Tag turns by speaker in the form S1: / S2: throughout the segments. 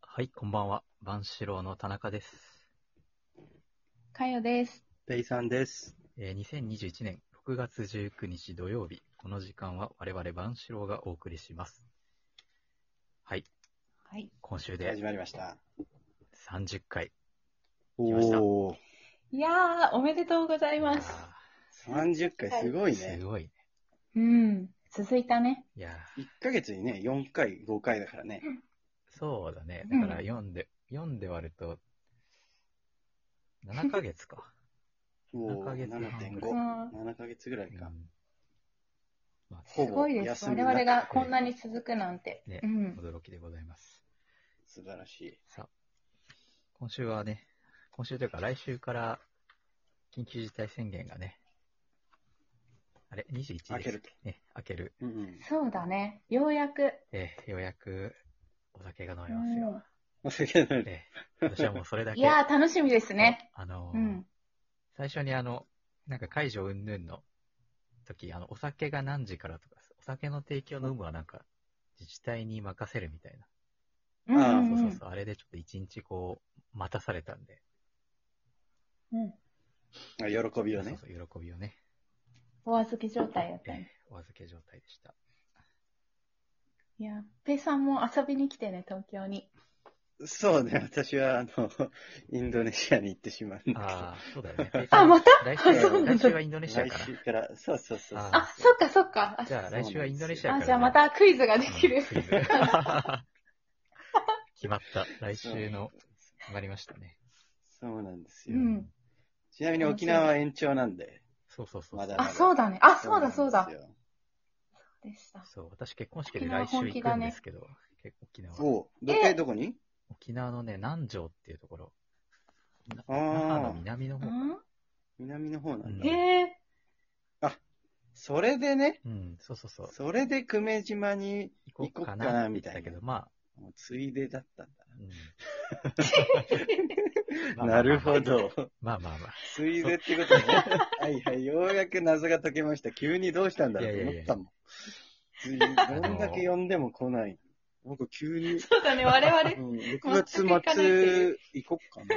S1: はい、こんばんは。万志郎の田中です。
S2: かよです。
S3: ペイさんです。
S1: えー2021年6月19日土曜日、この時間は我々万志郎がお送りします。はい、
S2: はい。
S1: 今週
S3: 始
S1: で
S3: まりました。
S1: 30回。
S3: お
S1: ました
S3: おー、
S2: いやー、おめでとうございます。
S1: あ
S3: 30回すごい
S1: ー
S3: ね
S1: す。ごいね。
S2: うん。続いたね。
S1: いやー
S3: 1ヶ月にね、4回、5回だからね。
S1: そうだね。
S2: う
S1: だ
S2: ん
S1: から読んで、読んで割ると、7ヶ月か。
S3: お
S1: 7
S3: お、
S1: ヶ月
S2: う
S3: 7.5。
S2: ん
S3: 7ヶ月ぐら
S1: う
S3: い
S1: ん
S3: か。
S1: まあ、
S2: すごいです。
S3: 休
S2: 我
S3: みなく
S2: 々がこんなに続くなんて。
S1: ね
S2: うん。
S1: 驚きでございます。
S3: 素晴らしい。
S1: さあ、今週はね、今週というか来週から緊急事態宣言がね、あれ、21です
S3: 開けると。
S1: ね、開ける。
S3: うんうん。
S2: そうだね。ようやく。
S1: えーようやくお酒が飲めますよ。
S3: お酒飲んで
S1: えー私はもうそれだ
S2: うんい
S1: け。
S2: やー、楽しみですね。
S1: あのー
S2: うん。
S1: 最初にあの、なんか解除云々の時、あの、お酒が何時からとか、お酒の提供の有無はなんか、自治体に任せるみたいな。
S2: うん
S3: あー
S2: うん
S1: そうそうそう、あれでちょっと一日こう、待たされたんで、
S2: うん。
S3: あ喜びをね。
S1: そうそう、喜びをね。
S2: お預け状態だった
S1: え
S2: ね。
S1: ーお預け状態でした。
S2: いやー、ペイさんも遊びに来てね、東京に。
S3: そうね、私は、あの、 インドネシアに行ってしまうんだ
S1: ああ、そうだよね。来週
S2: あまた
S1: 来
S3: あそう
S1: 週
S3: なんだ
S1: 来週はインド
S3: け
S1: ネ
S3: ど。
S1: シア
S3: 来
S1: から。
S3: 週から、そうそうそうそう。
S2: あ、そっかそっか。あ
S1: じゃあ来週はインドネシアから、
S2: あ、じゃあまたクイズが でき
S1: う
S2: る
S1: ん。クイズ決まった。来週の、決まりましたね。
S3: そうなんです
S2: う
S3: よ。
S2: ん。
S3: ちなみに沖縄は延長なんで、
S1: そうそうそう。
S3: まだま
S2: あ、
S3: だ。
S2: そうだね。あ、そうだそう
S3: なん
S2: だ
S3: で。すよ。
S2: でした。
S1: そう、私結婚式で来週行くんですけど、結構沖縄。
S3: おお、どっかいどこに
S1: 沖縄のね、南城っていうところ。な
S3: あ
S1: 那
S3: ー
S1: 覇の南の
S2: う
S1: 方。
S2: ん
S3: 南の方なんだ
S1: うん。
S2: へえ。
S3: それでね、
S1: うん、そうそうそう。
S3: それで久米島に
S1: 行
S3: 行
S1: こ
S3: こ
S1: うか
S3: うか
S1: な
S3: な
S1: み
S3: み
S1: た
S3: た
S1: い
S3: い
S1: な。
S3: な
S1: だけど、ま
S3: もうついでだったんだ
S1: あ、うんま
S3: な。
S1: あ
S3: なるほ。ど。
S1: まあまあ まあ。
S3: ついでって ことね。はいはい。ようやく謎が解けました。急にどうしたんだろうと思ったもん。ついどんだけ呼んでも来ない。僕急に、
S2: そうだね、我々
S3: う。ん、6月末
S2: 全く行かないってい
S3: 行こっか な。ど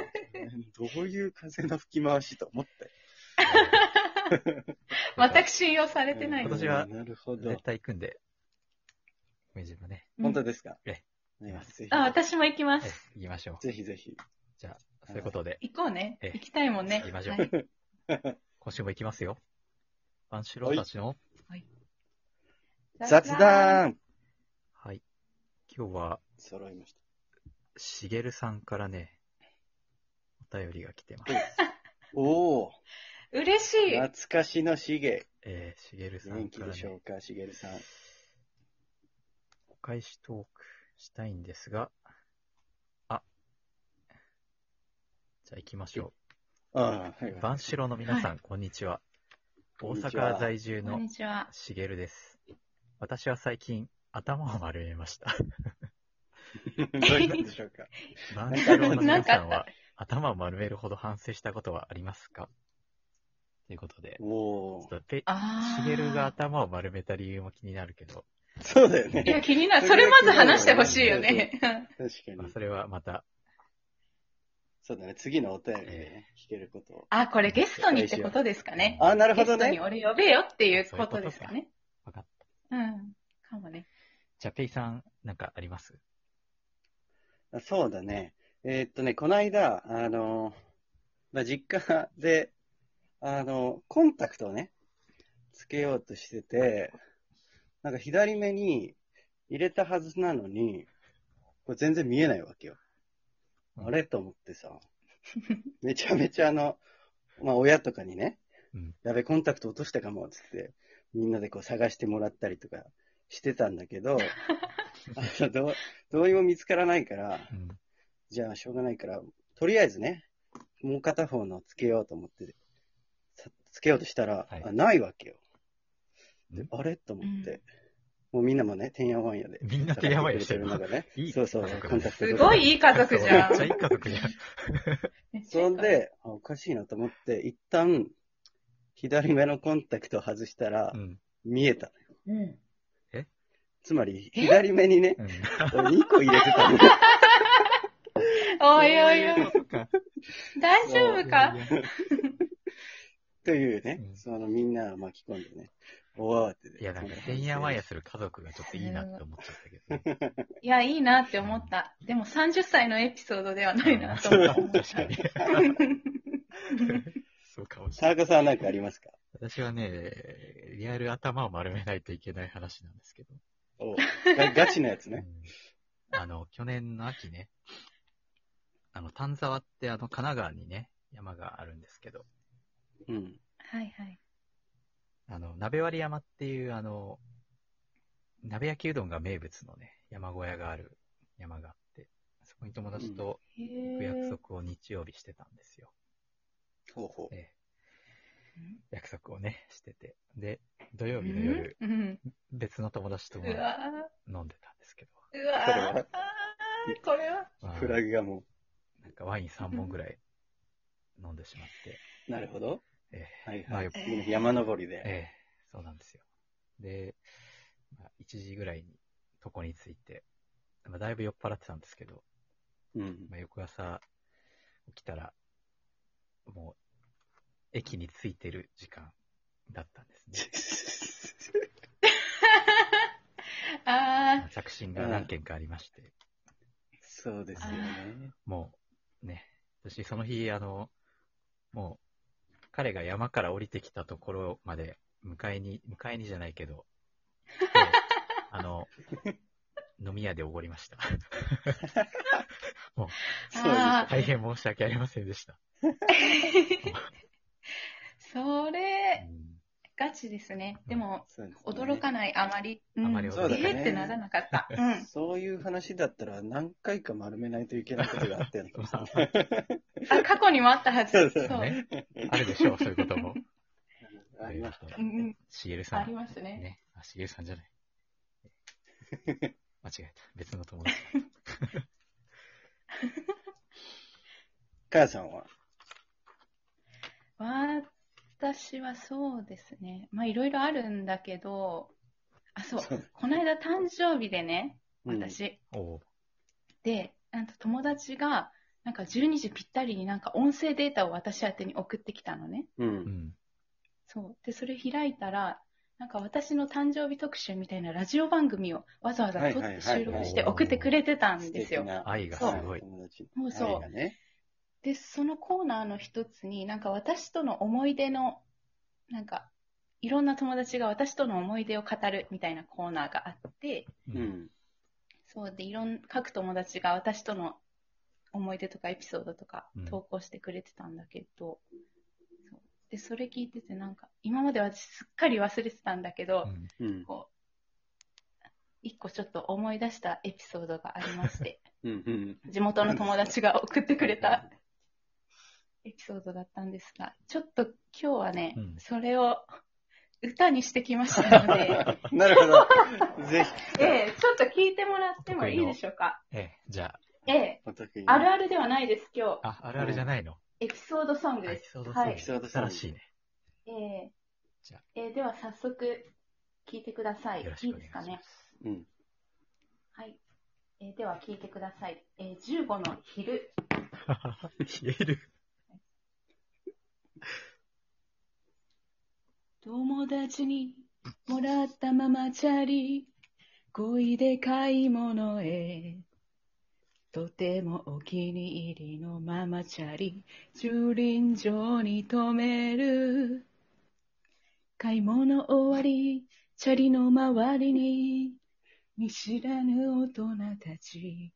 S3: ういう風の吹き回しと思って。
S2: 全く信用されてない
S1: 今。年は
S3: うんなるほど
S1: 絶。対行くんで、梅島ね、
S3: 本当ですか
S1: え
S3: ねぜひ
S2: あ、私も行きま
S1: え
S2: す。
S1: 行きましょう。
S3: ぜひぜひ。
S1: じゃあ、そういうことで、
S2: 行こうね。
S1: ええ
S2: 行きたいもんね。
S1: 行きましょう
S2: はい
S1: 今週も行きますよ。万志郎たちの、
S3: 雑談
S1: はい。今日は、
S3: 揃いました。
S1: しげるさんからね、お便りが来てます。
S3: おお
S2: 嬉しい。
S3: 懐かしのしげ。
S1: えー、しげるさん
S3: 元気
S1: から
S3: でしょ
S1: ね、
S3: うか、しげるさん。
S1: お返しトークしたいんですが、あ、じゃあ行きましょ。。
S3: ああ、はいう
S1: 万志郎の皆さん、こんにちは。
S3: こ
S1: 大
S3: んにちは
S1: 阪在住
S2: こ
S1: の
S2: んにちは。
S1: しげるです。私は最近、頭を丸めました。
S3: どういうことでしょうか。
S1: 万太郎の皆さんは頭を丸めるほど反省したことはありますかということで、
S3: お
S1: ち
S3: お
S1: ょ。っとペ
S2: あ
S1: し
S2: あ。
S1: げるが。頭を丸めた理由も気になるけど、
S3: そうだよ
S2: いや、
S3: ね。
S2: 気になる。それまず話してほしいよね。
S3: 確か
S1: まあ、
S3: に
S1: そ。れはまた、
S3: そうだね。次のお便りでね、聞けることを。
S2: あ、これゲストにってことですかね。
S3: あ、なる
S2: ゲ
S3: ほ
S2: ス
S3: ど
S2: トに
S3: ね。
S2: 俺呼べよっていうことですかね。
S1: 分かった。
S2: うん。かもね。
S1: じゃあ、ペイさん、なんかあります
S3: そうだね。えーっとね、この間、あの、まあ、実家で、あの、コンタクトをね、つけようとしてて、なんか左目に入れたはずなのに、これ全然見えないわけよ。あれと思っ てさ、めちゃめちゃあの、まあ親とかにね、
S1: うん
S3: やべ、コンタクト落としたかも、つって、みんなでこう探してもらったりとかしてたん だけど、あのどうどうにも見つからないから、
S1: うん。
S3: じゃあしょうがないから、とりあえずね、もう片方のつけようと思って、さつけようとしたら、
S1: はい
S3: あないわけよ。で
S1: ん
S3: あれと思って、もうみんなもね、てんやわんやで。
S1: みんなてんやわんやしてる
S3: 探てくれてる中
S1: いい
S3: ね。そうそう
S1: 家、族
S3: コンタクト
S2: すごいいい家族じゃ
S1: めっちゃい
S2: ん
S1: い。家族じゃん。
S3: そんで、あおかしいなと思って、一旦、左目のコンタクトを外した ら
S1: う、ん。
S3: 見えた。
S2: うん。
S3: つまり、
S2: え
S3: 左目にね
S1: う、ん。
S3: 2個入れてたの。
S4: おいおいおい、
S1: そううことか
S4: 大丈夫か
S1: いやいや
S3: というね
S1: う、ん
S3: そのみんなを巻き込んでね、大慌てで。
S1: いや、なんか、てんやわんやする家族がちょっといいなって思っちゃったけどね。
S4: いや、いいなって思った。でも30歳のエピソードではないなと思った。
S1: 確か に。そうかもし
S3: 田
S1: れない。
S3: 中さんは何かありますか
S1: 私はね、リアル頭を丸めないといけない話なんですけど。
S3: お ガガチなやつね。
S1: うんあの、去年の秋ね、あの、丹沢ってあの、神奈川にね、山があるんですけど、
S3: うん。
S4: はいはい。
S1: あの、鍋割山っていう、あの、鍋焼きうどんが名物のね、山小屋がある山があって、そこに友達と
S4: へ
S1: 行く
S4: え
S1: 約束を日曜日してたんですよ。
S3: ほうほう。
S1: ええ約束をね、してて。で、土曜日の夜、
S4: うんうん
S1: 別の友達と
S4: う
S1: も
S4: わーうわ
S1: 飲んでたんですけど、
S4: ーあーこれは。
S1: まあ
S3: フラグがも
S1: なんかワイン3本ぐらい飲んでしまって、
S3: う。なるほど。
S1: ええ
S3: はい
S1: まあ
S3: はい
S1: よ。
S3: みんな山登りで。
S1: ええ、そうなんですよ。で、まあ、1時ぐらいに床に着いて、まあ、だいぶ酔っ払ってたんですけど、
S3: うん。
S1: まあ、翌朝起きたら、もう駅に着いてる時間だったんです ね。ま
S4: あ
S1: あ着信が何件かありまして、
S3: そうですよね。
S1: もうね、私その日、あの、もう彼が山から降りてきたところまで迎えに、迎えにじゃないけど、 もうあの、飲み屋でおごりました。
S3: そうですよ
S4: あ
S1: 大変申し訳ありませんでした。
S4: ーそれ、
S1: うん
S4: ガチですね。でも、
S3: そうですね。
S4: 驚かない、あまり。うん
S1: あまり
S3: 驚かない
S4: えーってならなかった。うん。
S3: そういう話だったら何回か丸めないといけないことがあったよね。
S1: まあ
S4: あ、過去にもあったはず。
S3: そうそう
S1: まあね、あるでしょう、そういうこと も。
S3: ありました。
S4: うんうん
S1: しげるさ
S4: あ
S1: ん
S4: り。ますね。
S1: ね。あ、しげるさんじゃない。 間違えた。別の友達。
S3: かやさんは
S4: 私はそうですね。まあ、いろいろあるんだけど、あ、そう
S3: そう。
S4: この間誕生日でね、
S3: うん
S4: 私。
S1: おう
S4: で、なんと友達が、なんか12時ぴったりになんか音声データを私宛てに送ってきたのね。
S3: う。
S1: うんん。
S4: そう。で、それ開いたら、なんか私の誕生日特集みたいなラジオ番組をわざわざ撮
S3: は
S4: っ
S3: いはい
S4: て
S3: は
S4: 収
S3: い
S4: 録して送ってくれてたんですよ。
S1: 愛がすごい。
S3: 友達
S4: もうそう
S3: 愛がね。
S4: で、そのコーナーの一つに、なんか私との思い出の、なんか、いろんな友達が私との思い出を語るみたいなコーナーがあって、
S1: う。
S3: うんん。
S4: そうで、いろん、各友達が私との思い出とかエピソードとか
S1: うん
S4: 投稿してくれてたんだけど、そうで、それ聞いててなんか、今まで私すっかり忘れてたんだけど、
S1: うん
S3: うん。
S4: こう、一個ちょっと思い出したエピソードがありまして、
S3: うん。うん。
S4: 地元の友達が送ってくれたエピソードだったんですが、ちょっと今日はね、
S1: うん
S4: それを歌にしてきましたので、
S3: なるほど。ぜひ。
S4: ええちょっと聞いてもらってもいいでしょうか。
S1: ええ、じゃ
S4: ええ
S3: お得意な
S4: あるあるではないです、今日。
S1: あ、あ、あるあるじゃないの。
S4: エピソードソング
S1: あエ
S4: で
S1: ピ
S4: す。
S1: ソード
S4: は
S1: 3
S4: い
S1: で。
S3: ソードソン
S1: 新
S3: グ
S1: しいね。
S4: ええ
S1: じゃあ
S4: ええでは早速、聞いてください。
S1: よろし
S4: い
S1: く
S4: いです
S1: お願いし
S4: かね
S1: ま。す。
S3: うん。
S4: はい。ええでは聞いてください。ええ15の昼。
S1: 冷 える。
S2: 友達にもらったママチャリ、恋で買い物へ。とてもお気に入りのママチャリ、駐輪場に停める。買い物終わり、チャリの周りに、見知らぬ大人たち。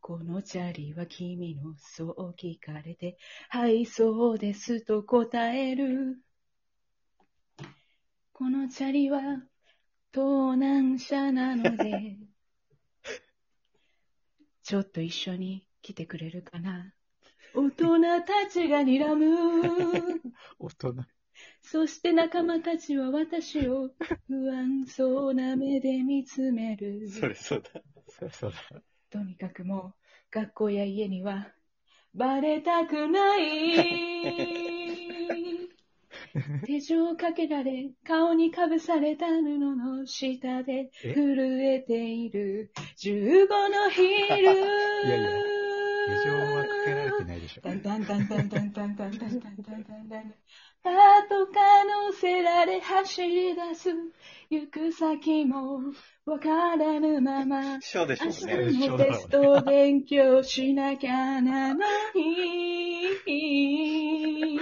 S2: このチャリは君の、そう聞かれて、はい、そうですと答える。このチャリは盗難車なの で、ちょっと一緒に来てくれるかな。大人たちが睨む。
S1: 大人。
S2: そして仲間たちは私を不安そうな目で見つめる。
S3: それそうだ。
S1: そうそうだ。
S2: とにかくもう学校や家にはバレたくない。手錠をかけられ、顔にかぶされた布の下で
S1: え
S2: 震えている15の昼。
S1: いやいや手錠はかけられてないでしょ。
S2: タンタンタンタンタンタンタンタンタンタンタンタンタンパトカー乗せられ走り出す行く先もわからぬまま
S3: ショーでしょ
S2: 明
S3: うね。
S2: 日もテストを勉強しなきゃならない。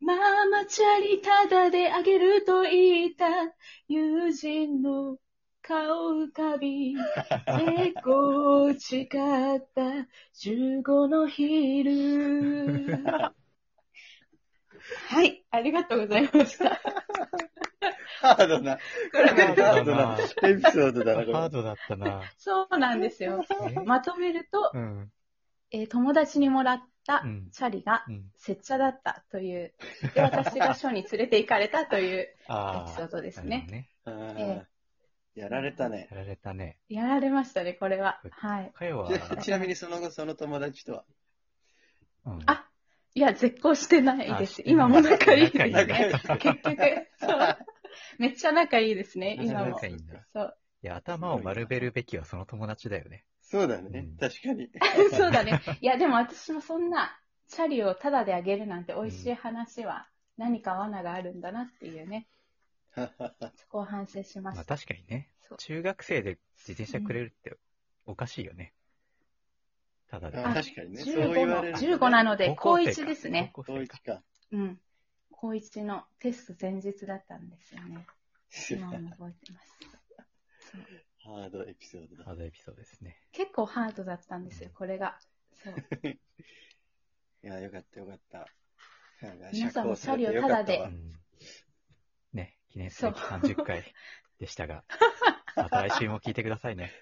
S2: ママチャリタダであげると言った友人の顔浮かび、結構誓った15の昼。はい、ありがとうございました。
S3: ハードな、
S1: ハード
S3: ハ
S1: だ
S3: ードな
S1: な
S3: エピソードだな、こ
S1: ハー
S3: れ。
S1: ドだったな。
S2: そうなんです よ。
S1: え
S2: まとめると、
S1: うん。
S2: えー友達にもらった
S1: うん
S2: チャリが
S1: うん。
S2: 拙者だったという、で私が署に連れて行かれたというエ
S1: あ
S2: ピ
S1: あ。
S2: ソードですね。
S3: あー
S2: え
S3: やられたね。
S1: やられたね。
S2: やられましたね、これは。はい。
S1: か よは、
S3: ちちなみにその後、その友達とは。
S1: うん
S2: あいや、絶交してないです。今も仲いいです
S1: 仲いい
S2: ね。結局、そう。めっちゃ仲いいですね、
S1: めっちゃ
S2: 今も
S1: 仲。いいんだ。
S2: そう。
S1: いや、頭を丸めるべきはその友達だよね。
S3: そうだね
S1: うん。
S3: 確かに。
S2: そうだね。いや、でも私もそんな、チャリをタダであげるなんて美味しい話は、何か罠があるんだなっていうね、そこを反省し
S1: ま
S2: ま
S1: あ
S2: した。
S1: 確かにね。
S2: そう
S1: 中学生で自転車くれるっておかしいよね。ただで。
S3: あ 確かにね。そう
S2: 15
S3: 言わ
S2: の
S3: れるとね。
S2: 15なので、
S1: 高
S2: 高
S1: 校生か
S2: 1ですね。
S1: 高校
S3: 同
S1: 生
S3: 一
S1: か
S3: か。
S2: うん。高一のテスト前日だったんですよね。今も覚えてます。
S3: ハードエピソードだ。
S1: ハードエピソードですね。
S2: 結構ハードだったんですよ、これが。そう。
S3: いや、よかったよかった。なんか
S2: 皆さんも
S3: 社交されてよかったわ
S1: う
S2: シ
S1: んね、記念す
S2: そう
S1: べき30回でしたが、また来週も聞いてくださいね。